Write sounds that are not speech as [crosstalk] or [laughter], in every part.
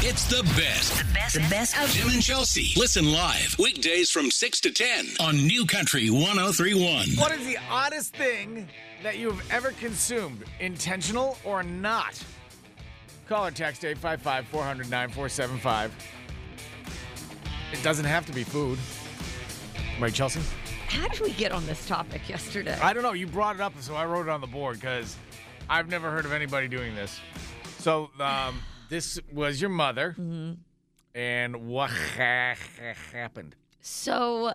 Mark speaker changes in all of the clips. Speaker 1: It's the best.
Speaker 2: The best, the best of
Speaker 1: Jim and Chelsea. Listen live weekdays from 6 to 10 on New Country 1031.
Speaker 3: What is the oddest thing that you have ever consumed, intentional or not? Call or text 855 400 9475. It doesn't have to be food. Right, Chelsea?
Speaker 4: How did we get on this topic yesterday?
Speaker 3: I don't know. You brought it up, so I wrote it on the board because I've never heard of anybody doing this. So um, this was your mother,
Speaker 4: Mm-hmm.
Speaker 3: and what ha- ha- happened?
Speaker 4: So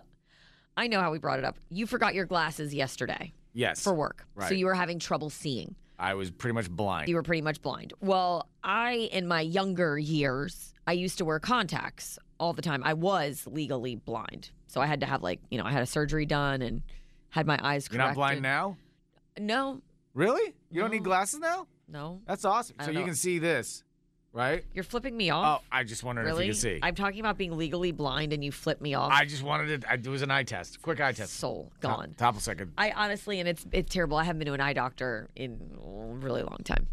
Speaker 4: I know how we brought it up. You forgot your glasses yesterday
Speaker 3: Yes,
Speaker 4: for work. So
Speaker 3: Right.
Speaker 4: you were having trouble seeing.
Speaker 3: I was pretty much blind.
Speaker 4: You were pretty much blind. Well, I, in my younger years, I used to wear contacts all the time. I was legally blind. So I had to have, like, you know, I had a surgery done and had my eyes
Speaker 3: You're
Speaker 4: corrected.
Speaker 3: not blind now,
Speaker 4: No,
Speaker 3: really? You don't
Speaker 4: No.
Speaker 3: need glasses now?
Speaker 4: no.
Speaker 3: That's awesome.
Speaker 4: I
Speaker 3: So
Speaker 4: don't
Speaker 3: you
Speaker 4: know.
Speaker 3: can see this, right?
Speaker 4: You're flipping me
Speaker 3: Oh,
Speaker 4: off.
Speaker 3: I just wondered
Speaker 4: really?
Speaker 3: if you could see.
Speaker 4: I'm talking about being legally blind and you flip me off.
Speaker 3: I just wanted to. I, it was an eye test, quick eye test.
Speaker 4: Soul
Speaker 3: Top-
Speaker 4: gone.
Speaker 3: Top, of second.
Speaker 4: I honestly, and it's it's terrible. I haven't been to an eye doctor in a really long time,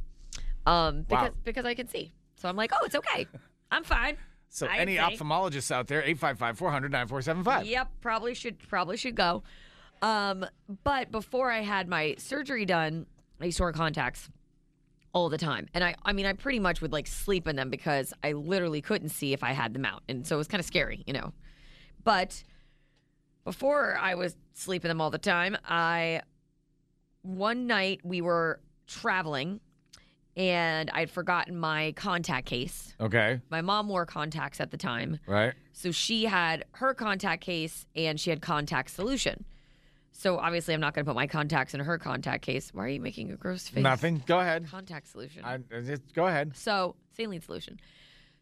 Speaker 4: um,
Speaker 3: Wow.
Speaker 4: because because I can see. So I'm like, oh, it's okay. I'm fine.
Speaker 3: So
Speaker 4: I'd
Speaker 3: any
Speaker 4: say-
Speaker 3: ophthalmologists out there, 855-400-9475.
Speaker 4: Yep, probably should probably should go. Um, but before I had my surgery done, I used to wear contacts all the time, and I I mean I pretty much would like sleep in them because I literally couldn't see if I had them out, and so it was kind of scary, you know. But before I was sleeping them all the time, I one night we were traveling, and I'd forgotten my contact case.
Speaker 3: Okay,
Speaker 4: My mom wore contacts at the time.
Speaker 3: right.
Speaker 4: So she had her contact case and she had contact solution. So obviously, I'm not going to put my contacts in her contact case. Why are you making a gross face?
Speaker 3: Nothing. Go ahead.
Speaker 4: Contact solution.
Speaker 3: I, I just, go ahead.
Speaker 4: so saline solution.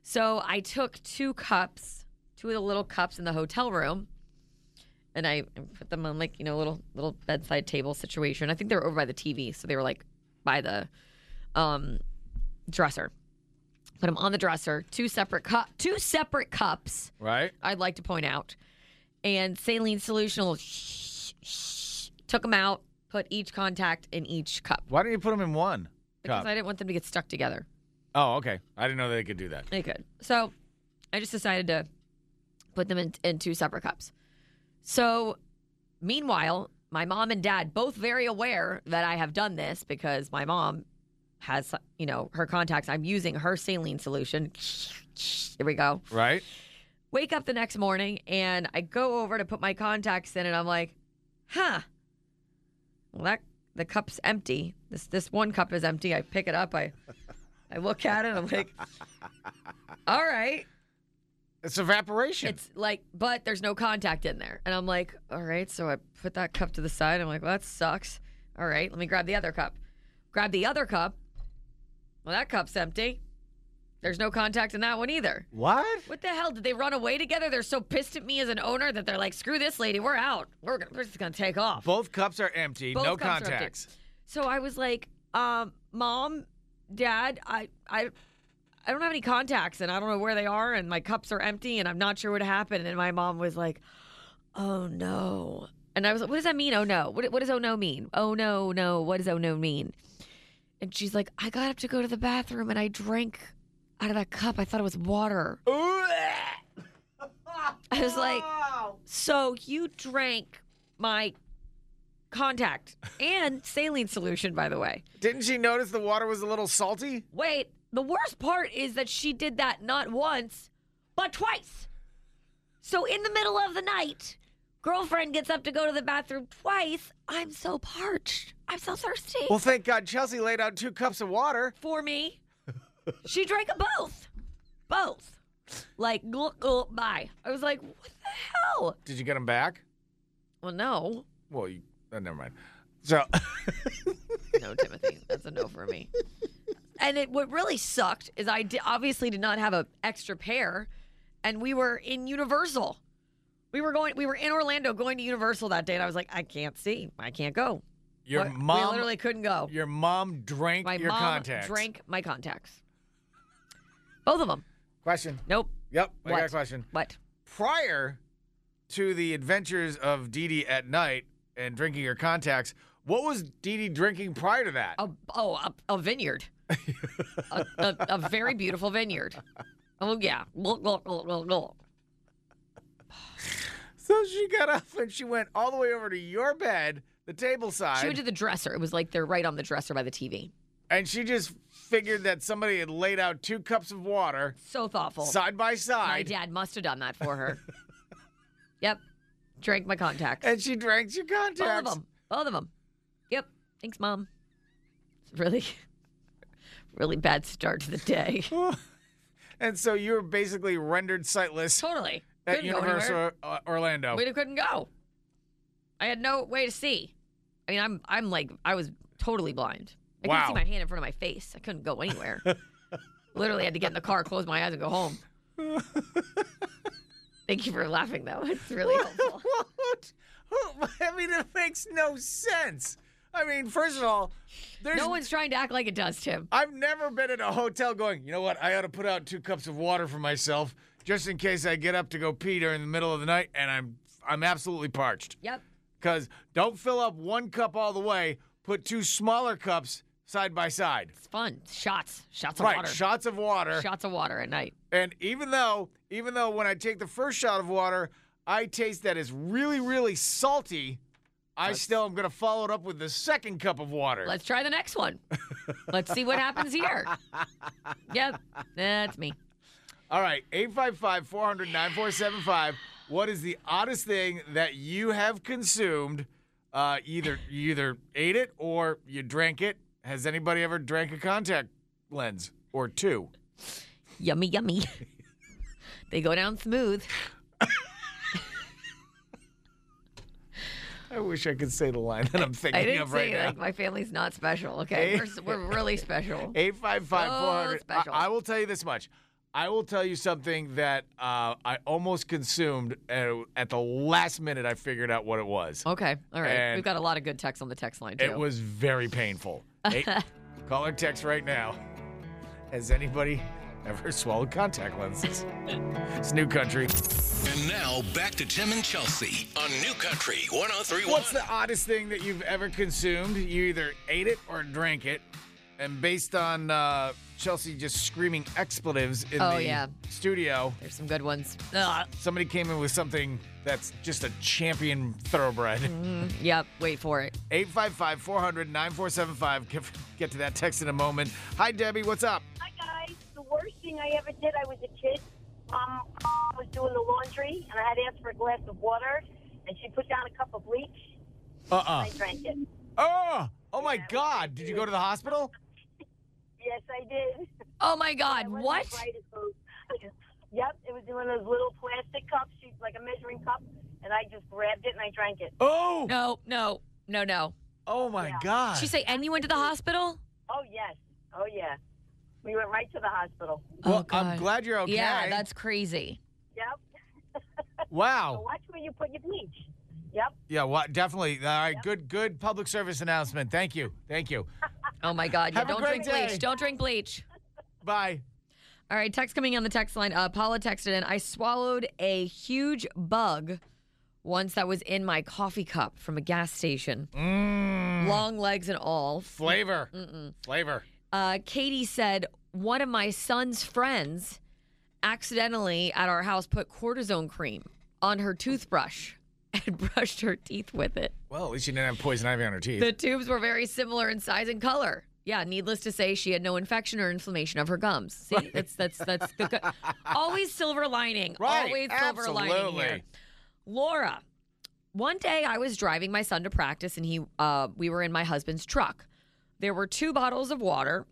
Speaker 4: So I took two cups, two of the little cups in the hotel room, and I put them on like you know little little bedside table situation. I think they were over by the TV, so they were like by the um, dresser. Put them on the dresser. Two separate cup, two separate cups.
Speaker 3: Right.
Speaker 4: I'd like to point out. And saline solution will sh- sh- took them out, put each contact in each cup
Speaker 3: Why don't you put them in one
Speaker 4: because
Speaker 3: cup?
Speaker 4: I didn't want them to get stuck together.
Speaker 3: oh, okay. I didn't know they could do that.
Speaker 4: They could. So I just decided to put them in, in two separate cups. So meanwhile, my mom and dad both very aware that I have done this because my mom has, you know, her contacts. I'm using her saline solution. Here we go.
Speaker 3: Right.
Speaker 4: wake up the next morning and I go over to put my contacts in and I'm like, huh. Well that the cup's empty. This this one cup is empty. I pick it up, I I look at it, I'm like, all right.
Speaker 3: It's evaporation.
Speaker 4: It's like, but there's no contact in there. And I'm like, all right. So I put that cup to the side. I'm like, well, that sucks. All right, let me grab the other cup. Grab the other cup. Well, that cup's empty. There's no contact in that one either.
Speaker 3: what?
Speaker 4: What the hell? Did they run away together? They're so pissed at me as an owner that they're like, screw this lady, we're out. We're, gonna, we're just going to take off.
Speaker 3: Both cups are empty.
Speaker 4: Both
Speaker 3: no
Speaker 4: cups are empty.
Speaker 3: contacts.
Speaker 4: So I was like, um, mom, dad, I, I, I don't have any contacts and I don't know where they are and my cups are empty and I'm not sure what happened. And my mom was like, oh no. And I was like, what does that mean? Oh no. What, what does oh no mean? Oh no, no. What does oh no mean? And she's like, I got up to go to the bathroom and I drank out of that cup. I thought it was water. I was like, so you drank my contact and saline solution, by the way.
Speaker 3: Didn't she notice the water was a little salty?
Speaker 4: Wait, the worst part is that she did that not once, but twice. So in the middle of the night, girlfriend gets up to go to the bathroom twice. I'm so parched. I'm so thirsty.
Speaker 3: Well, thank God Chelsea laid out two cups of water.
Speaker 4: For me, she drank 'em both. Both. Like, glug, glug, bye. I was like, what the hell?
Speaker 3: Did you get them back?
Speaker 4: Well, no.
Speaker 3: Well, you, oh, never mind. So,
Speaker 4: no timothy that's a no for me and it what really sucked is i di- obviously did not have a extra pair and we were in universal we were going we were in orlando going to universal that day and i was like i can't see i can't go
Speaker 3: [laughs] your
Speaker 4: What-
Speaker 3: mom,
Speaker 4: we literally couldn't go
Speaker 3: your mom drank
Speaker 4: my
Speaker 3: your
Speaker 4: mom
Speaker 3: contacts.
Speaker 4: drank my contacts both of them
Speaker 3: Question.
Speaker 4: nope
Speaker 3: Yep, I got a
Speaker 4: What?
Speaker 3: question.
Speaker 4: what
Speaker 3: Prior to the adventures of Dee Dee at night and drinking your contacts, what was Dee Dee drinking prior to that? [laughs]
Speaker 4: oh, a, oh a, a vineyard a, a, a very beautiful vineyard Oh yeah. Glug, glug, glug, glug, glug.
Speaker 3: So she got up and she went all the way over to your bed, the table side,
Speaker 4: She went to the dresser. It was like they're right on the dresser by the TV.
Speaker 3: and she just figured that somebody had laid out two cups of water
Speaker 4: So thoughtful.
Speaker 3: side by
Speaker 4: my
Speaker 3: side.
Speaker 4: dad must have done that
Speaker 3: [laughs]
Speaker 4: for her. yep. Drank my contacts.
Speaker 3: And she drank your contacts.
Speaker 4: Both of them. Both of them. Yep. Thanks, mom. It's really, [laughs] really bad start to
Speaker 3: [laughs]
Speaker 4: the day.
Speaker 3: And so you were basically rendered sightless
Speaker 4: totally.
Speaker 3: at
Speaker 4: Oh, Couldn't go anywhere.
Speaker 3: Universal uh, Orlando.
Speaker 4: We couldn't go. I had no way to see. I mean, I'm I'm like I was totally blind. I couldn't
Speaker 3: Wow.
Speaker 4: see my hand in front of my face. I couldn't go
Speaker 3: [laughs]
Speaker 4: anywhere. Literally had to get in the car, close my eyes, and go home. Thank you for laughing, though. [laughs] It's really helpful.
Speaker 3: [laughs] What? Who- [laughs] I mean, it makes no sense. I mean, first of all, there's.
Speaker 4: No one's trying to act like it does, Tim.
Speaker 3: I've never been in a hotel going, you know what? I ought to put out two cups of water for myself just in case I get up to go pee during the middle of the night and I'm I'm absolutely parched.
Speaker 4: Yep.
Speaker 3: Cause don't fill up one cup all the way. Put two smaller cups side by side.
Speaker 4: It's fun. Shots. Shots of
Speaker 3: right,
Speaker 4: water.
Speaker 3: shots of water.
Speaker 4: Shots of water at night.
Speaker 3: And even though, even though when I take the first shot of water, I taste that it's really, really salty, I still am gonna follow it up with the second cup of water.
Speaker 4: Let's try the next one. Let's see what
Speaker 3: [laughs]
Speaker 4: happens here. Yep. That's me.
Speaker 3: All right, 855 400 9475. What is the oddest thing that you have consumed? Uh, either you either ate it or you drank it. Has anybody ever drank a contact lens or two? [laughs]
Speaker 4: Yummy, yummy. they go down smooth.
Speaker 3: I wish I could say the line that I'm
Speaker 4: I
Speaker 3: thinking
Speaker 4: didn't
Speaker 3: of right
Speaker 4: say
Speaker 3: now.
Speaker 4: like my family's not special. Okay, we're, s- we're
Speaker 3: [laughs]
Speaker 4: really special.
Speaker 3: 855 400.
Speaker 4: So Oh, special.
Speaker 3: I, I will tell you this much. I will tell you something that uh, I almost consumed at, at the last minute I figured out what it was.
Speaker 4: Okay, all right.
Speaker 3: And-
Speaker 4: We've got a lot of good texts on the text line too.
Speaker 3: It was very painful. Hey,
Speaker 4: [laughs]
Speaker 3: call or text right now. Has anybody ever swallowed contact
Speaker 4: [laughs]
Speaker 3: lenses? It's new country.
Speaker 1: And now back to Tim and Chelsea on New Country 1031.
Speaker 3: What's the oddest thing that you've ever consumed? You either ate it or drank it. And based on uh, Chelsea just screaming expletives in
Speaker 4: Oh,
Speaker 3: the
Speaker 4: yeah.
Speaker 3: studio,
Speaker 4: There's some good ones. Ugh.
Speaker 3: somebody came in with something that's just a champion thoroughbred.
Speaker 4: Mm-hmm. Yep. Wait for it.
Speaker 3: 855 400 9475. Get- Get to that text in a moment. Hi, Debbie. What's up?
Speaker 2: Hi guys, the worst thing I ever did, I was a kid. Um, I was doing the laundry and I had asked for a glass of water, and she put down a cup of bleach.
Speaker 3: Uh uh
Speaker 2: I drank it.
Speaker 3: Oh, oh my God! Did you go to the hospital?
Speaker 2: Yes, I did. [laughs]
Speaker 4: Oh my God!
Speaker 2: I wasn't
Speaker 4: What?
Speaker 2: as bright as those- [laughs] yep, it was in one of those little plastic cups, she, like a measuring cup, and I just grabbed it and I drank it.
Speaker 3: Oh,
Speaker 4: No, no, no, no.
Speaker 3: oh my
Speaker 2: Yeah.
Speaker 3: God!
Speaker 4: Did she say, and you went to the hospital?
Speaker 2: Oh yes, oh yeah. We went right to the hospital.
Speaker 3: well,
Speaker 4: oh,
Speaker 3: I'm
Speaker 4: God.
Speaker 3: glad you're okay.
Speaker 4: Yeah, that's crazy.
Speaker 2: Yep. So
Speaker 3: wow.
Speaker 2: watch where you put your bleach. Yep.
Speaker 3: Yeah, well, definitely. All right, good, good public service announcement. Thank you, thank you.
Speaker 4: Oh my God! Yeah,
Speaker 3: Have a
Speaker 4: don't
Speaker 3: great
Speaker 4: drink
Speaker 3: day.
Speaker 4: bleach. Don't drink bleach.
Speaker 3: Bye.
Speaker 4: All right, text coming on the text line. Uh, Paula texted in. I swallowed a huge bug once that was in my coffee cup from a gas station.
Speaker 3: Mm.
Speaker 4: Long legs and all.
Speaker 3: Flavor, flavor.
Speaker 4: Uh, Katie said one of my son's friends accidentally at our house put cortisone cream on her toothbrush [laughs] and brushed her teeth with it.
Speaker 3: Well, at least you didn't have poison ivy on her teeth.
Speaker 4: The tubes were very similar in size and color. Yeah, needless to say, she had no infection or inflammation of her gums. See, that's that's that's the good. always silver lining.
Speaker 3: [laughs] right?
Speaker 4: always silver
Speaker 3: absolutely.
Speaker 4: lining here. Laura, one day I was driving my son to practice, and he uh, we were in my husband's truck. There were two bottles of water,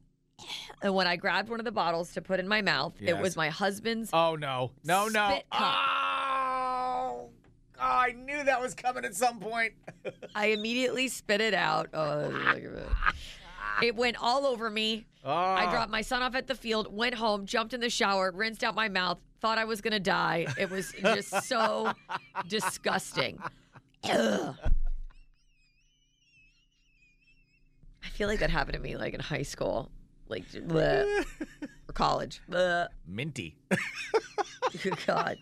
Speaker 4: and when I grabbed one of the bottles to put in my mouth, it
Speaker 3: Yes.
Speaker 4: was my husband's.
Speaker 3: Oh no, no, no.
Speaker 4: Spit cup.
Speaker 3: Oh, oh, I knew that was coming at some point.
Speaker 4: I immediately spit it out. Oh, look at it. It went all over me.
Speaker 3: Ah,
Speaker 4: I dropped my son off at the field, went home, jumped in the shower, rinsed out my mouth, thought I was going to die. It was just so disgusting. Ugh. I feel like that happened to me like in high school, like bleh, or college. Bleh. [laughs]
Speaker 3: Minty.
Speaker 4: Good God.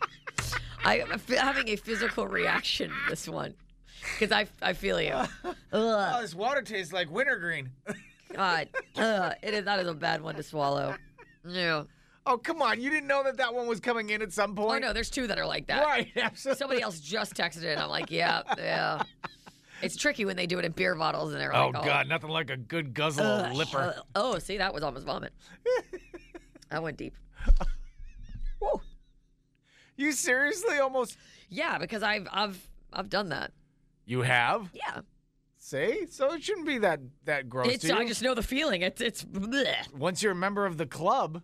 Speaker 4: I- I'm f- having a physical reaction to this one because I, I feel you. Ugh.
Speaker 3: Oh, this water tastes like wintergreen. [laughs]
Speaker 4: God, Ugh, it is that is a bad one to swallow. No,
Speaker 3: Oh, come on. You didn't know that that one was coming in at some
Speaker 4: Oh
Speaker 3: point?
Speaker 4: no, there's two that are like that.
Speaker 3: Right, [laughs] absolutely.
Speaker 4: Somebody else just texted it. I'm like, yeah, yeah. It's tricky when they do it in beer bottles and they're
Speaker 3: Oh,
Speaker 4: like,
Speaker 3: God. Nothing like a good guzzle of lipper.
Speaker 4: Uh, oh, see, that was almost vomit. I went deep. Woo.
Speaker 3: You seriously almost.
Speaker 4: Yeah, because I've I've I've done that.
Speaker 3: You have?
Speaker 4: Yeah,
Speaker 3: See? So it shouldn't be that, that gross.
Speaker 4: it's
Speaker 3: to you.
Speaker 4: I just know the feeling. It's it's. bleh.
Speaker 3: Once you're a member of the club,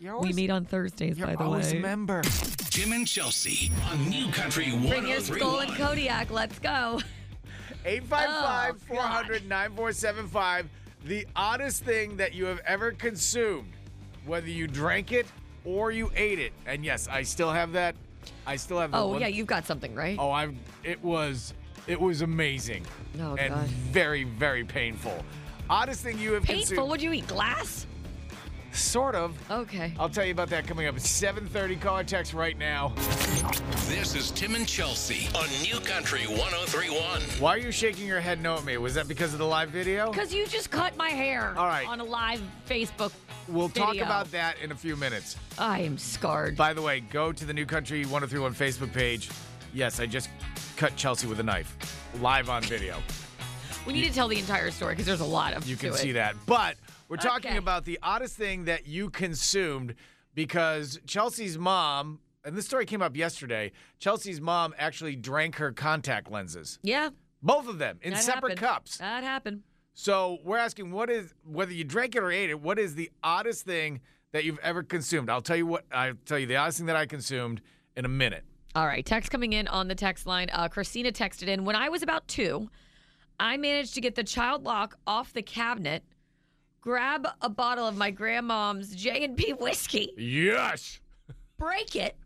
Speaker 3: you're always,
Speaker 4: on Thursdays,
Speaker 3: you're always a member.
Speaker 1: Jim and Chelsea on New Country
Speaker 4: Bring your skull and
Speaker 1: 1031.
Speaker 4: Kodiak. Let's go.
Speaker 3: 855
Speaker 4: Oh, God.
Speaker 3: 400 9475. The oddest thing that you have ever consumed, whether you drank it or you ate it. And yes, I still have that. I still have the
Speaker 4: Oh
Speaker 3: one-
Speaker 4: yeah, you've got something right.
Speaker 3: Oh, I it was it was amazing.
Speaker 4: Oh,
Speaker 3: and
Speaker 4: God.
Speaker 3: very very painful. Oddest thing you have
Speaker 4: Painful.
Speaker 3: consumed.
Speaker 4: Would you eat glass?
Speaker 3: Sort of.
Speaker 4: Okay.
Speaker 3: I'll tell you about that coming up. It's 7:30 call or text right now.
Speaker 1: This is Tim and Chelsea on New Country 1031.
Speaker 3: Why are you shaking your head no at me? Was that because of the live video?
Speaker 4: Because you just cut my hair
Speaker 3: All right.
Speaker 4: on a live Facebook.
Speaker 3: We'll talk
Speaker 4: video.
Speaker 3: about that in a few minutes.
Speaker 4: I am scarred.
Speaker 3: By the way, go to the New Country 1031 Facebook page. Yes, I just cut Chelsea with a knife live on video.
Speaker 4: we need to tell the entire story because there's a lot of
Speaker 3: You can
Speaker 4: to
Speaker 3: see
Speaker 4: it.
Speaker 3: that. But we're talking
Speaker 4: Okay.
Speaker 3: about the oddest thing that you consumed because Chelsea's mom, and this story came up yesterday, Chelsea's mom actually drank her contact lenses.
Speaker 4: Yeah.
Speaker 3: Both of them in
Speaker 4: that
Speaker 3: separate
Speaker 4: happened.
Speaker 3: cups.
Speaker 4: That happened.
Speaker 3: So we're asking what is whether you drank it or ate it, what is the oddest thing that you've ever consumed? I'll tell you what I'll tell you the oddest thing that I consumed in a minute.
Speaker 4: All right, text coming in on the text line. Uh, Christina texted in When I was about two, I managed to get the child lock off the cabinet, grab a bottle of my grandmom's J&B whiskey,
Speaker 3: Yes.
Speaker 4: break it,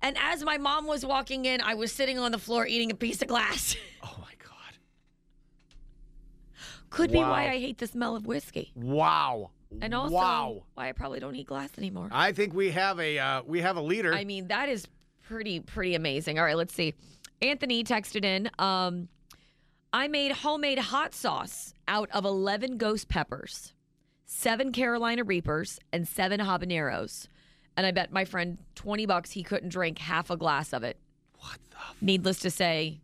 Speaker 4: and as my mom was walking in, I was sitting on the floor eating a piece of glass. [laughs]
Speaker 3: Oh my god.
Speaker 4: Could be why
Speaker 3: Wow.
Speaker 4: I hate the smell of whiskey.
Speaker 3: Wow.
Speaker 4: And also
Speaker 3: wow.
Speaker 4: why I probably don't eat glass anymore.
Speaker 3: I think we have a uh, we have a leader.
Speaker 4: I mean, that is pretty pretty amazing. All right, let's see. Anthony texted in. Um, I made homemade hot sauce out of eleven ghost peppers, seven Carolina Reapers, and seven habaneros. And I bet my friend twenty bucks he couldn't drink half a glass of it.
Speaker 3: what the f-
Speaker 4: Needless to say,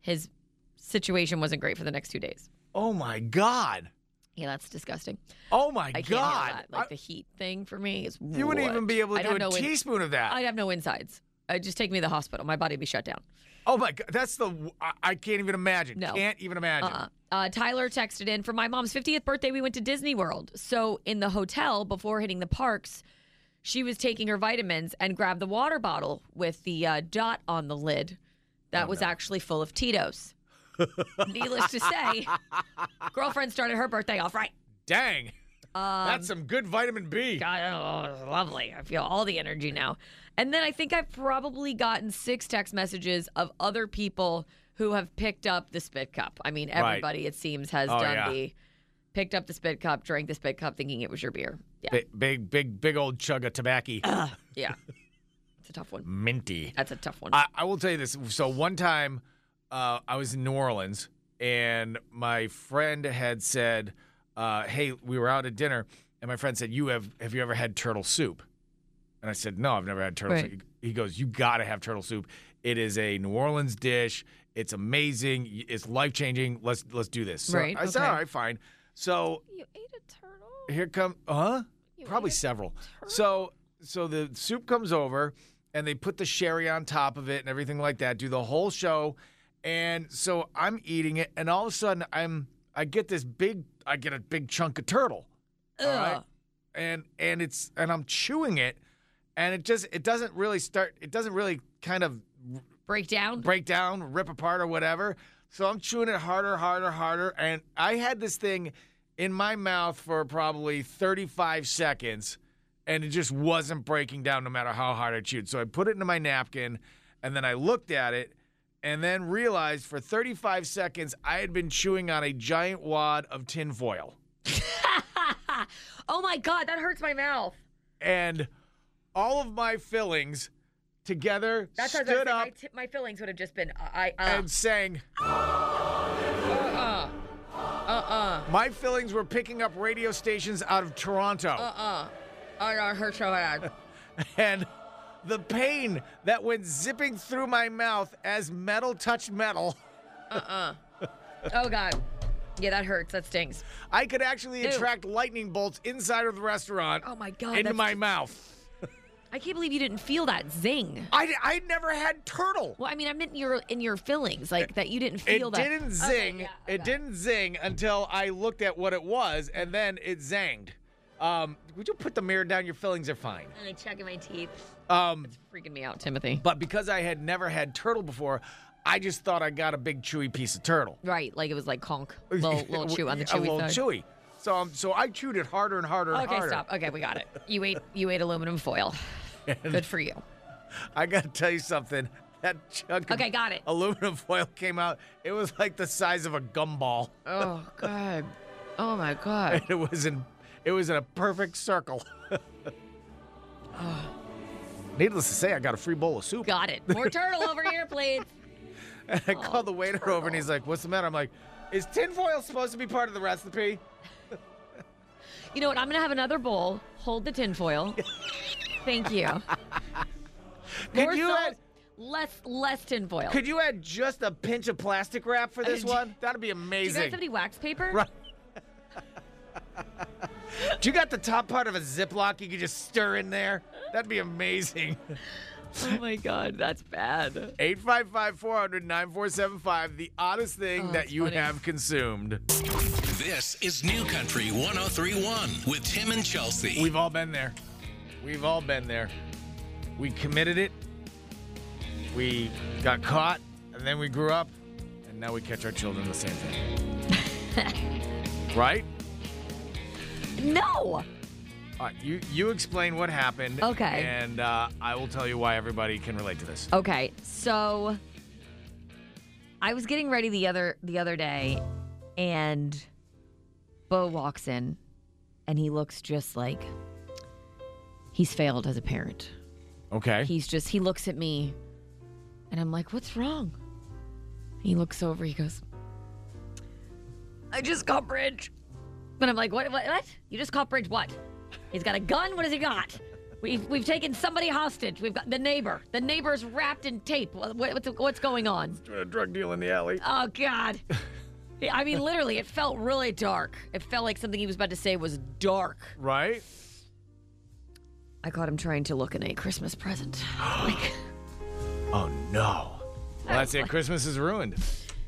Speaker 4: his situation wasn't great for the next two days.
Speaker 3: Oh my god.
Speaker 4: Yeah, that's disgusting.
Speaker 3: Oh my
Speaker 4: I can't handle
Speaker 3: god.
Speaker 4: that. Like
Speaker 3: I-
Speaker 4: the heat thing for me is.
Speaker 3: you wouldn't even be able to
Speaker 4: I
Speaker 3: do
Speaker 4: don't
Speaker 3: a
Speaker 4: know in-
Speaker 3: teaspoon of that.
Speaker 4: I'd have no insides. Uh, just take me to the hospital. My body would be shut down.
Speaker 3: oh my god. That's the w- I, I can't even imagine.
Speaker 4: No.
Speaker 3: Can't even imagine.
Speaker 4: Uh-uh. Uh, Tyler texted in for my mom's 50th birthday. We went to Disney World. So in the hotel before hitting the parks, she was taking her vitamins and grabbed the water bottle with the uh, dot on the lid that was actually full of Tito's. Needless to say, girlfriend started her birthday off right.
Speaker 3: Dang. that's some good vitamin B.
Speaker 4: Um, God, oh, it's lovely. I feel all the energy now. And then I think I've probably gotten six text messages of other people who have picked up the spit cup. I mean, everybody it seems has
Speaker 3: Oh,
Speaker 4: done
Speaker 3: yeah.
Speaker 4: the picked up the spit cup, drank the spit cup, thinking it was your beer. Yeah,
Speaker 3: Big, big, big, big old chug of tobacco.
Speaker 4: Uh.
Speaker 3: [laughs]
Speaker 4: yeah. It's a tough one.
Speaker 3: Minty.
Speaker 4: That's a tough one.
Speaker 3: I, I will tell you this. So one time, uh, I was in New Orleans, and my friend had said, uh, "Hey, we were out at dinner, and my friend said, you have have you ever had turtle soup?" And I said, "No, I've never had turtle
Speaker 4: Right.
Speaker 3: soup." He goes, "You got to have turtle soup. It is a New Orleans dish. It's amazing. y- It's life changing. Let's let's do this." So
Speaker 4: Right,
Speaker 3: I said,
Speaker 4: okay.
Speaker 3: "All right, fine." So
Speaker 4: you ate a turtle.
Speaker 3: here come "Uh-huh." huh probably
Speaker 4: ate a
Speaker 3: several so so the soup comes over and they put the sherry on top of it and everything like that do the whole show and so i'm eating it and all of a sudden i'm i get this big i get a big chunk of turtle all right?
Speaker 4: Ugh.
Speaker 3: and and it's and i'm chewing it and it just it doesn't really start it doesn't really kind of
Speaker 4: Break down.
Speaker 3: break down, rip apart, or whatever. So I'm chewing it harder, harder, harder. And I had this thing in my mouth for probably 35 seconds, and it just wasn't breaking down no matter how hard I chewed. So I put it into my napkin, and then I looked at it, and then realized for 35 seconds I had been chewing on a giant wad of tinfoil.
Speaker 4: [laughs] oh my god, that hurts my mouth.
Speaker 3: And all of my fillings together
Speaker 4: That sounds
Speaker 3: stood
Speaker 4: like
Speaker 3: up
Speaker 4: my, t- my fillings would have just been uh, I uh,
Speaker 3: and sang.
Speaker 4: uh uh uh
Speaker 3: My fillings were picking up radio stations out of Toronto.
Speaker 4: uh uh Oh, no, it hurts so bad.
Speaker 3: [laughs] and the pain that went zipping through my mouth as metal touched metal.
Speaker 4: Oh, God. Yeah, that hurts. That stings.
Speaker 3: I could actually
Speaker 4: Ew.
Speaker 3: attract lightning bolts inside of the restaurant.
Speaker 4: Oh, my God,
Speaker 3: Into
Speaker 4: that's
Speaker 3: my
Speaker 4: just-
Speaker 3: mouth.
Speaker 4: I can't believe you didn't feel that zing.
Speaker 3: I I never had turtle.
Speaker 4: Well, I mean, I meant in your in your feelings, like that you didn't
Speaker 3: It
Speaker 4: feel that.
Speaker 3: didn't zing. It didn't zing until I looked at what it was, and then it zanged. Um, would you put the mirror down? Your fillings are fine.
Speaker 4: I'm like checking my teeth.
Speaker 3: Um,
Speaker 4: Freaking me out, Timothy.
Speaker 3: but because I had never had turtle before, I just thought I got a big chewy piece of turtle.
Speaker 4: Right, like it was
Speaker 3: [laughs]
Speaker 4: like conk, little, little chew on the chewy
Speaker 3: a little
Speaker 4: side.
Speaker 3: chewy. So um, so I chewed it harder and harder and
Speaker 4: Okay,
Speaker 3: harder.
Speaker 4: stop. Okay, we got it. You ate you ate
Speaker 3: [laughs]
Speaker 4: aluminum foil. Good for you.
Speaker 3: I gotta tell you something. That chunk
Speaker 4: Okay,
Speaker 3: of
Speaker 4: got it.
Speaker 3: aluminum [laughs] foil came out. It was like the size of a gumball.
Speaker 4: Oh god. Oh
Speaker 3: [laughs]
Speaker 4: my god.
Speaker 3: It was in it was in a perfect
Speaker 4: [sighs]
Speaker 3: circle. Needless to say, I got a free bowl of soup.
Speaker 4: Got it. More turtle over here, please.
Speaker 3: and [laughs] I called the waiter over and he's like, What's the matter? I'm like, is tinfoil supposed to be part of the recipe?
Speaker 4: You know what? I'm gonna have another bowl. Hold the tinfoil. Thank you. More
Speaker 3: [laughs] Could you
Speaker 4: salt,
Speaker 3: add
Speaker 4: less less tinfoil.
Speaker 3: could you add just a pinch of plastic wrap for this
Speaker 4: do-
Speaker 3: one? That'd be
Speaker 4: Do you guys
Speaker 3: amazing.
Speaker 4: have any wax paper?
Speaker 3: [laughs] Right. Do you got the top part of a ziplock you could just stir in there? That'd be amazing.
Speaker 4: Oh my god, that's bad.
Speaker 3: 855 400 9475, the oddest thing that
Speaker 4: Oh, that's
Speaker 3: you
Speaker 4: funny.
Speaker 3: have consumed.
Speaker 1: This is New Country 1031 with Tim and Chelsea.
Speaker 3: We've all been there. We've all been there. We committed it. We got caught, and then we grew up, and now we catch our children the same thing.
Speaker 4: [laughs]
Speaker 3: right?
Speaker 4: No.
Speaker 3: All right. Uh, You you explain what happened.
Speaker 4: Okay.
Speaker 3: And uh, I will tell you why everybody can relate to this.
Speaker 4: Okay, so I was getting ready the other the other day, and Bo walks in, and he looks just like he's failed as a parent.
Speaker 3: Okay.
Speaker 4: [laughs] He's just he looks at me, and I'm like, "What's wrong?" He looks over. He goes, "I just caught Bridge," and I'm like, "What? What? What? You just caught Bridge? What? He's got a gun. What has he got?" We've, we've taken somebody hostage. We've got the neighbor. The neighbor's wrapped in tape. What, what- what's, what's going on?
Speaker 3: doing a drug deal in the alley.
Speaker 4: Oh, God. I mean, literally, it felt really dark. It felt like something he was about to say was dark.
Speaker 3: Right?
Speaker 4: I caught him trying to look in a Christmas present. [gasps] Like,
Speaker 3: Oh no. Well, that's it. Christmas is ruined.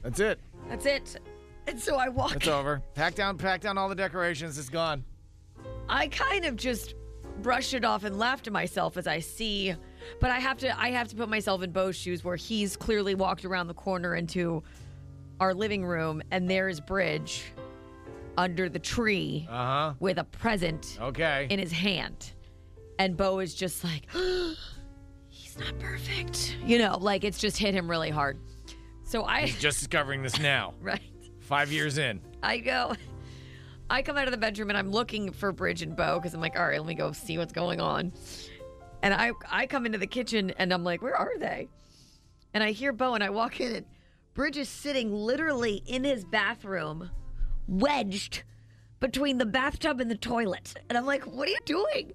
Speaker 3: That's it.
Speaker 4: that's it. And so I walk
Speaker 3: It's over. Pack down, pack down all the decorations. It's gone.
Speaker 4: I kind of just brush it off and laugh to myself as I see, but I have to I have to put myself in Bo's shoes where he's clearly walked around the corner into our living room and there is Bridge under the tree
Speaker 3: Uh huh.
Speaker 4: with a present
Speaker 3: Okay.
Speaker 4: in his hand. And Bo is just like [gasps] he's not perfect. You know, like it's just hit him really hard. So [laughs] I
Speaker 3: Just discovering this now,
Speaker 4: right.
Speaker 3: five years in.
Speaker 4: I go, [laughs] I come out of the bedroom and I'm looking for Bridge and Bo because I'm like, all right, let me go see what's going on. And I I come into the kitchen and I'm like, where are they? And I hear Bo and I walk in and Bridge is sitting literally in his bathroom, wedged between the bathtub and the toilet. And I'm like, what are you doing?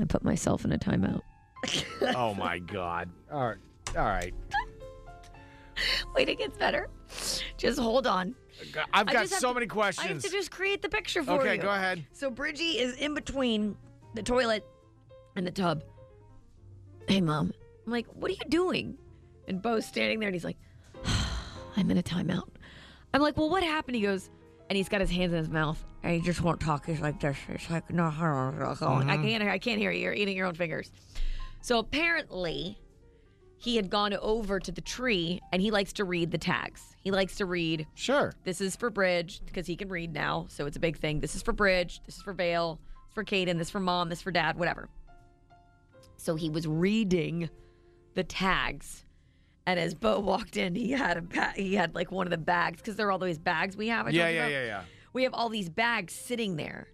Speaker 4: I put myself in a timeout. [laughs]
Speaker 3: Oh my God. All right. All right.
Speaker 4: Wait, it gets better. Just hold on.
Speaker 3: I've
Speaker 4: I
Speaker 3: got
Speaker 4: just have
Speaker 3: so
Speaker 4: to-
Speaker 3: many
Speaker 4: I have
Speaker 3: questions.
Speaker 4: to just create the picture for you.
Speaker 3: okay, go ahead.
Speaker 4: So Bridgie is in between the toilet and the tub. Hey, mom. I'm like, what are you doing? And Bo's standing there and he's like, [sighs] I'm in a timeout. I'm like, well, what happened? He goes, and he's got his hands in his mouth and he just won't talk. He's like this. It's like, no, I can't, I can't hear you. You're eating your own fingers. So apparently, he had gone over to the tree and he likes to read the tags. He likes to read
Speaker 3: Sure.
Speaker 4: this is for Bridge because he can read now, so it's a big thing. This is for Bridge. This is for Vale. This is for Caden. This is for Mom. This is for Dad. Whatever. So he was reading the tags, and as Bo walked in, he had a ba- he had like one of the bags because there are all these bags we have. I
Speaker 3: Yeah,
Speaker 4: told you
Speaker 3: yeah,
Speaker 4: about.
Speaker 3: yeah, yeah.
Speaker 4: We have all these bags sitting there.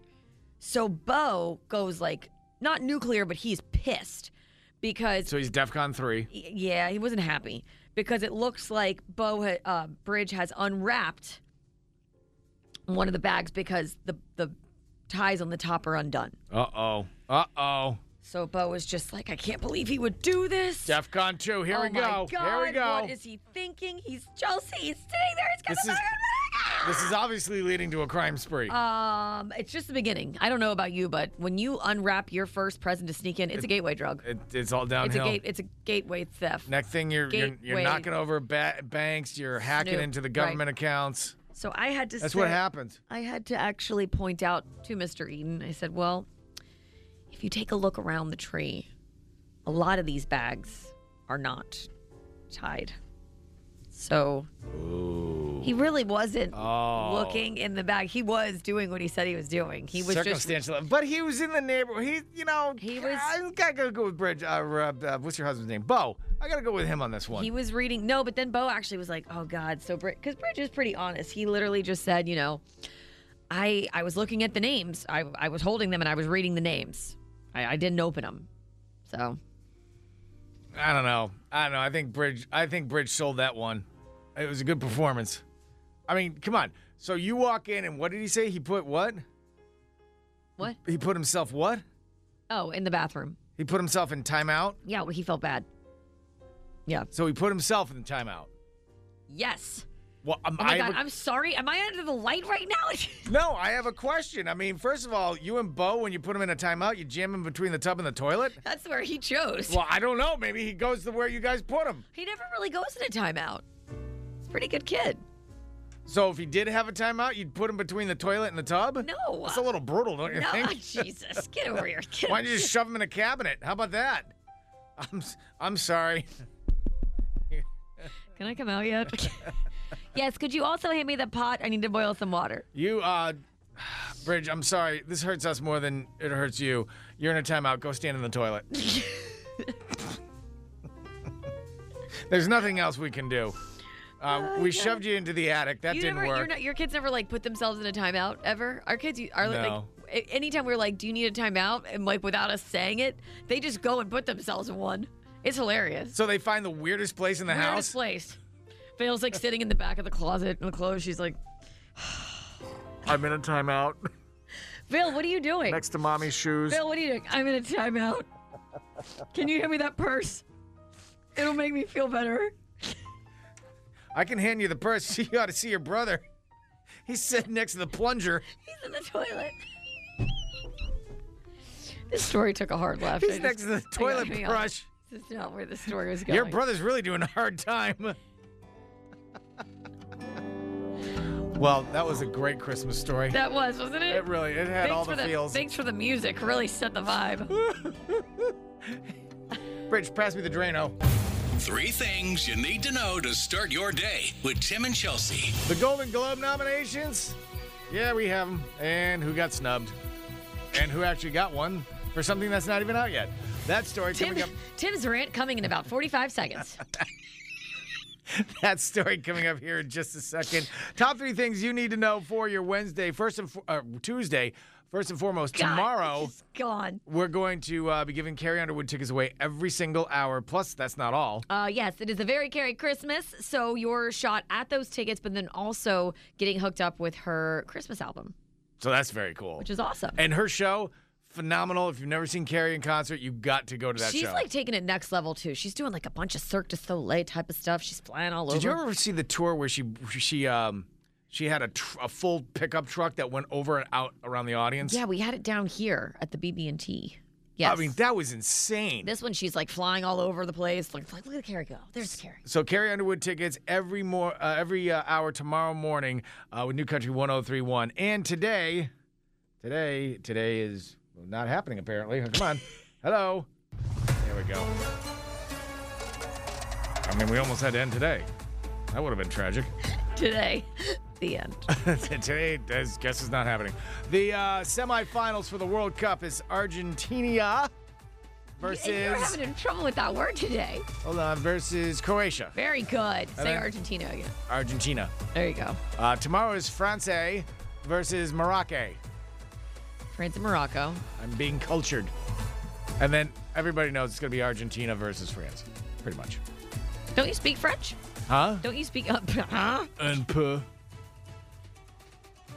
Speaker 4: So Bo goes like not nuclear, but he's pissed because
Speaker 3: So he's DEFCON three.
Speaker 4: Y- Yeah, he wasn't happy because it looks like Bo ha- uh, Bridge has unwrapped one of the bags because the the ties on the top are undone.
Speaker 3: Uh oh. Uh oh.
Speaker 4: So Bo was just like, I can't believe he would do this.
Speaker 3: DEFCON 2. Here
Speaker 4: oh
Speaker 3: we
Speaker 4: my
Speaker 3: go.
Speaker 4: God,
Speaker 3: Here we go.
Speaker 4: What is he thinking? He's Chelsea. He's sitting there. He's got
Speaker 3: This
Speaker 4: the
Speaker 3: is-
Speaker 4: bag.
Speaker 3: this is obviously leading to a crime spree.
Speaker 4: Um, it's just the beginning. I don't know about you, but when you unwrap your first present to sneak in, it's a gateway drug.
Speaker 3: it, it's all
Speaker 4: It's a
Speaker 3: downhill.
Speaker 4: gate. It's a gateway theft.
Speaker 3: Next thing you're you're, you're
Speaker 4: Gateway.
Speaker 3: knocking over ba- banks, you're hacking
Speaker 4: Snoop,
Speaker 3: into the
Speaker 4: right.
Speaker 3: government accounts.
Speaker 4: So I had to.
Speaker 3: That's
Speaker 4: say-
Speaker 3: what happens.
Speaker 4: I had to actually point out to Mr. Eden. I said, "Well, if you take a look around the tree, a lot of these bags are not tied." So he really wasn't
Speaker 3: Oh.
Speaker 4: looking in the bag. He was doing what he said he was doing. He was just
Speaker 3: circumstantial, but he was in the neighborhood. He, you know,
Speaker 4: He was-
Speaker 3: I gotta go with Bridge. Uh, uh, uh, what's your husband's name? Bo. I gotta go with him on this one.
Speaker 4: He was reading. No, but then Bo actually was like, "Oh God." So because Bridge is pretty honest, he literally just said, "You know, I I was looking at the names. I I was holding them and I was reading the names. I, I didn't open them. So
Speaker 3: I don't know. I don't know. I think Bridge. I think Bridge sold that one. It was a good performance. I mean, come on. So you walk in, and what did he say? He put what?
Speaker 4: what?
Speaker 3: He put himself what?
Speaker 4: Oh, in the bathroom.
Speaker 3: He put himself in timeout.
Speaker 4: Yeah, well, he felt bad. Yeah.
Speaker 3: So he put himself in timeout.
Speaker 4: Yes.
Speaker 3: Well, um,
Speaker 4: Oh my
Speaker 3: I
Speaker 4: God.
Speaker 3: would-
Speaker 4: I'm sorry. Am I under the light right now? [laughs]
Speaker 3: no, I have a question. I mean, first of all, you and Bo, when you put him in a timeout, you jam him between the tub and the toilet.
Speaker 4: That's where he chose.
Speaker 3: Well, I don't know. Maybe he goes to where you guys put him.
Speaker 4: he never really goes in a timeout. He's a pretty good
Speaker 3: [laughs]
Speaker 4: kid.
Speaker 3: So if he did have a timeout, you'd put him between the toilet and the tub.
Speaker 4: No.
Speaker 3: it's a little brutal, don't you
Speaker 4: No,
Speaker 3: think?
Speaker 4: Jesus, get over here. Get
Speaker 3: Why don't you just shove him in a cabinet? How about that? I'm s- I'm sorry.
Speaker 4: Can I come out yet? [laughs] yes, could you also hand me the pot? I need to boil some water.
Speaker 3: You uh Bridge, I'm sorry. This hurts us more than it hurts you. You're in a timeout. Go stand in the
Speaker 4: [laughs]
Speaker 3: toilet. There's nothing else we can do. Uh, we shoved you into the attic. That
Speaker 4: Oh, you
Speaker 3: didn't
Speaker 4: never, You're
Speaker 3: work.
Speaker 4: not, your kids never like put themselves in a timeout ever. Our kids you- are like,
Speaker 3: No.
Speaker 4: a- anytime we're like, "Do you need a timeout?" and like without us saying it, they just go and put themselves in one. It's hilarious.
Speaker 3: so they find the weirdest place in the
Speaker 4: Weirdest
Speaker 3: house.
Speaker 4: place. Vale's like sitting in the back of the closet in the clothes. She's like,
Speaker 3: I'm in a timeout [laughs]
Speaker 4: "Vale, what are you doing?"
Speaker 3: next to mommy's shoes.
Speaker 4: Vale, what are you doing? I'm in a timeout. Can you hand me that purse? It'll make me feel better.
Speaker 3: I can hand you the purse. [laughs] You ought to see your brother. He's sitting next to the plunger.
Speaker 4: He's in the toilet. This story took a hard left.
Speaker 3: He's next to the toilet brush.
Speaker 4: This is not where the story was going.
Speaker 3: Your brother's really doing a hard time. well, that was a great Christmas story.
Speaker 4: That was, wasn't it?
Speaker 3: It really, it had
Speaker 4: thanks
Speaker 3: all
Speaker 4: for
Speaker 3: the feels.
Speaker 4: Thanks for the music. Really set the vibe.
Speaker 3: Bridge, pass me the Drano.
Speaker 1: Three things you need to know to start your day with Tim and Chelsea.
Speaker 3: The Golden Globe nominations. Yeah, we have them. And who got snubbed? And who actually got one for something that's not even out yet? That story
Speaker 4: Tim,
Speaker 3: coming up. [laughs]
Speaker 4: Tim's rant coming in about 45 seconds.
Speaker 3: That story coming up here in just a second. Top three things you need to know for your Wednesday, first and fo- uh, Tuesday. First and foremost,
Speaker 4: God,
Speaker 3: [laughs] tomorrow.
Speaker 4: it's just gone.
Speaker 3: We're going to uh, be giving Carrie Underwood tickets away every single hour. Plus, that's not all.
Speaker 4: Uh, yes, it is a very Carrie Christmas. So your shot at those tickets, but then also getting hooked up with her Christmas album,
Speaker 3: So that's very cool.
Speaker 4: which is awesome.
Speaker 3: and her show, phenomenal. If you've never seen Carrie in concert, you've got to go to that
Speaker 4: She's
Speaker 3: show.
Speaker 4: like taking it next level too. She's doing like a bunch of Cirque du Soleil type of stuff. She's flying all over.
Speaker 3: Did you ever see the tour where she she um she had a, tr- a full pickup truck that went over and out around the audience?
Speaker 4: Yeah, we had it down here at the BB&T. Yes.
Speaker 3: I mean, that was insane.
Speaker 4: this one she's like flying all over the place. Like, like look at Carrie go. There's Carrie.
Speaker 3: So Carrie Underwood tickets every more uh, every uh, hour tomorrow morning uh, with New Country 1031. And today today today is not happening apparently. Come
Speaker 4: [laughs]
Speaker 3: on. Hello. There we go. I mean, we almost had to end today. That would have been tragic. [laughs]
Speaker 4: Today, [laughs] the end.
Speaker 3: today, I guess it's not happening. The uh, semifinals for the World Cup is Argentina versus
Speaker 4: You're having trouble with that word today.
Speaker 3: hold on versus Croatia.
Speaker 4: Very good. Say
Speaker 3: then-
Speaker 4: Argentina again.
Speaker 3: Argentina.
Speaker 4: There you go.
Speaker 3: Uh, tomorrow is France versus Morocco.
Speaker 4: France and Morocco.
Speaker 3: I'm being cultured. And then everybody knows it's going to be Argentina versus France, pretty much.
Speaker 4: Don't you speak French?
Speaker 3: Huh?
Speaker 4: Don't you speak? [laughs] Uh, huh?
Speaker 3: Un peu.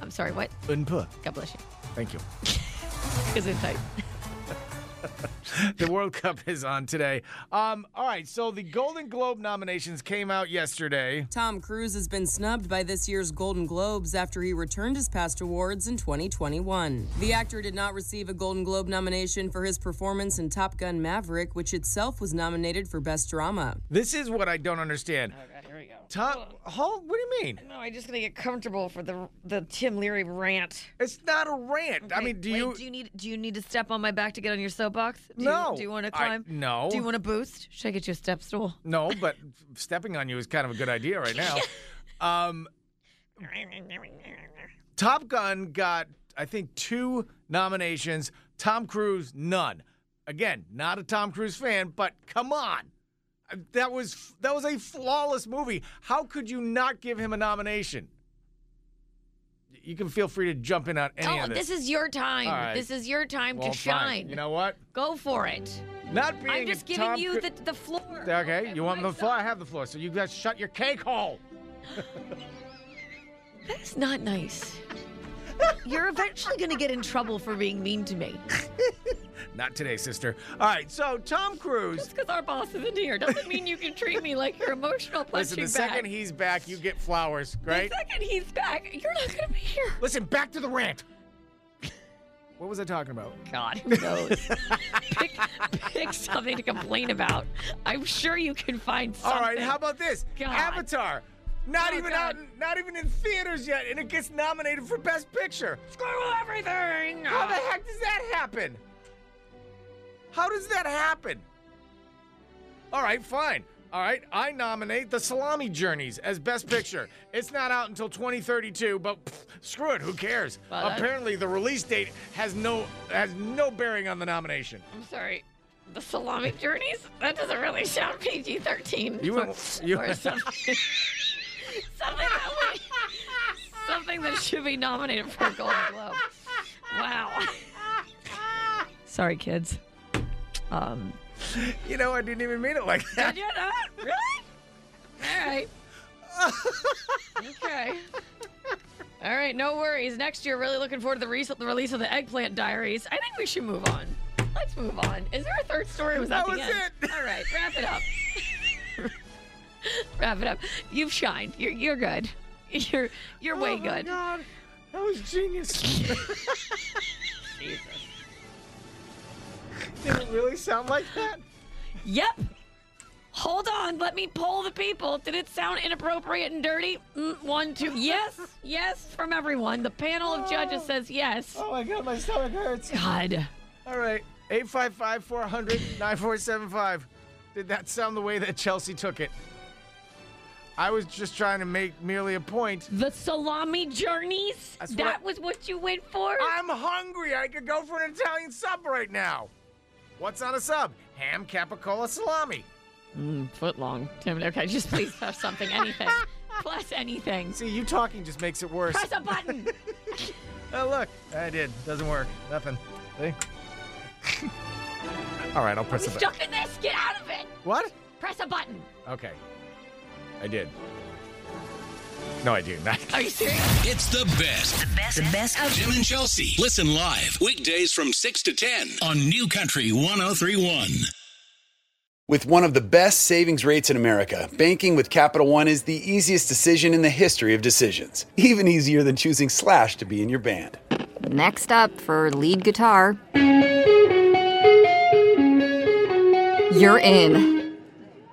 Speaker 4: I'm sorry. What?
Speaker 3: Un peu.
Speaker 4: God bless you.
Speaker 3: Thank you. [laughs]
Speaker 4: Because it's tight.
Speaker 3: The World Cup is on today. Um, all right, so the Golden Globe nominations came out yesterday.
Speaker 5: Tom Cruise has been snubbed by this year's Golden Globes after he returned his past awards in 2021. The actor did not receive a Golden Globe nomination for his performance in Top Gun Maverick, which itself was nominated for Best Drama.
Speaker 3: This is what I don't understand.
Speaker 4: here we go.
Speaker 3: Tom, Hall, what do you mean?
Speaker 4: No, I'm just gonna get comfortable for the the Tim Leary rant.
Speaker 3: It's not a rant. I mean, do
Speaker 4: Wait,
Speaker 3: you?
Speaker 4: do you need do you need to step on my back to get on your soapbox? Do
Speaker 3: No,
Speaker 4: You, do you want to
Speaker 3: I-
Speaker 4: climb?
Speaker 3: no.
Speaker 4: Do you want to boost? Should I get you a step stool?
Speaker 3: No, but stepping on you is kind of a good idea right
Speaker 4: [laughs]
Speaker 3: now. um, Top Gun got, I think, two nominations. Tom Cruise, none. Again, not a Tom Cruise fan, but come on, that was that was a flawless movie. How could you not give him a nomination? You can feel free to jump in on any
Speaker 4: oh,
Speaker 3: of this.
Speaker 4: this is your time.
Speaker 3: All right.
Speaker 4: This is your time
Speaker 3: Well,
Speaker 4: to
Speaker 3: fine.
Speaker 4: shine.
Speaker 3: You know what?
Speaker 4: Go for it.
Speaker 3: Not being
Speaker 4: I'm
Speaker 3: a
Speaker 4: just giving
Speaker 3: Tom
Speaker 4: you
Speaker 3: Cru-
Speaker 4: the, the floor.
Speaker 3: Okay, you want
Speaker 4: my
Speaker 3: the floor? I have the floor. So you guys shut your cake hole.
Speaker 4: That's
Speaker 3: [laughs]
Speaker 4: not nice. You're eventually going to get in trouble for being mean to me.
Speaker 3: Not today, sister. All right, so Tom Cruise.
Speaker 4: Because our boss is in here doesn't mean you can treat me like your emotional
Speaker 3: [laughs] Listen,
Speaker 4: punching
Speaker 3: the
Speaker 4: bag.
Speaker 3: second he's back, you get flowers, right?
Speaker 4: The second he's back, you're not going to be here.
Speaker 3: Listen, back to the rant. What was I talking about?
Speaker 4: God, who knows? [laughs] pick, pick something to complain about. I'm sure you can find something.
Speaker 3: All right, how about this?
Speaker 4: God.
Speaker 3: Avatar. Not
Speaker 4: Oh,
Speaker 3: even out,
Speaker 4: God.
Speaker 3: not even in theaters yet, and it gets nominated for Best Picture.
Speaker 4: Screw everything!
Speaker 3: How the heck does that happen? How does that happen? All right, fine. All right, I nominate The Salami Journeys as Best Picture. it's not out until 2032, but pff, screw it, who cares?
Speaker 4: Well, that-
Speaker 3: Apparently, the release date has no has no bearing on the nomination.
Speaker 4: I'm sorry. The salami journeys? That doesn't really sound PG 13.
Speaker 3: You
Speaker 4: or,
Speaker 3: went- you-
Speaker 4: or something. something, that we, something that should be nominated for a Golden Globe. Wow. Sorry, kids. Um,
Speaker 3: You know, I didn't even mean it like
Speaker 4: [laughs]
Speaker 3: that.
Speaker 4: did you not? Really? All right. okay. All right, no worries. Next year, really looking forward to the, re- the release of the Eggplant Diaries. I think we should move on. Let's move on. Is there a third story? or Was that,
Speaker 3: That
Speaker 4: the
Speaker 3: was
Speaker 4: end?
Speaker 3: it.
Speaker 4: All right, wrap it up.
Speaker 3: [laughs]
Speaker 4: wrap it up. You've shined. You're, you're good. You're you're way
Speaker 3: oh my
Speaker 4: good.
Speaker 3: God, that was
Speaker 4: [laughs]
Speaker 3: genius.
Speaker 4: Jesus.
Speaker 3: Did it really sound like that?
Speaker 4: Yep. Hold on. Let me poll the people. Did it sound inappropriate and dirty? Mm,
Speaker 3: [laughs]
Speaker 4: one, two. Yes. Yes from everyone. The panel of judges says yes.
Speaker 3: Oh my God, my stomach hurts.
Speaker 4: God.
Speaker 3: All right. 855 400 9475. Did that sound the way that Chelsea took it? I was just trying to make merely a point.
Speaker 4: The salami journeys?
Speaker 3: That's what
Speaker 4: that
Speaker 3: I-
Speaker 4: was what you went for?
Speaker 3: I'm hungry. I could go for an Italian sub right now. What's on a sub? Ham, capicola, salami.
Speaker 4: Mm, foot long. Tim, Okay, just please have something.
Speaker 3: [laughs]
Speaker 4: Anything. Plus anything.
Speaker 3: See, you talking just makes it
Speaker 4: [laughs]
Speaker 3: worse.
Speaker 4: Press a
Speaker 3: [laughs]
Speaker 4: button.
Speaker 3: Oh, look. I did. Doesn't work. Nothing. See? [laughs] All right, I'll press the button.
Speaker 4: Stuck in this. Get out of it.
Speaker 3: What?
Speaker 4: Press a button.
Speaker 3: Okay. I did. No, I do [laughs] not.
Speaker 4: Are you serious?
Speaker 1: It's the best.
Speaker 6: Best, the best of
Speaker 1: Tim and Chelsea. Listen live weekdays from 6 to 10 on New Country 1031.
Speaker 7: With one of the best savings rates in America, banking with Capital One is the easiest decision in the history of decisions. Even easier than choosing Slash to be in your band. [laughs]
Speaker 8: Next up for lead guitar. You're in.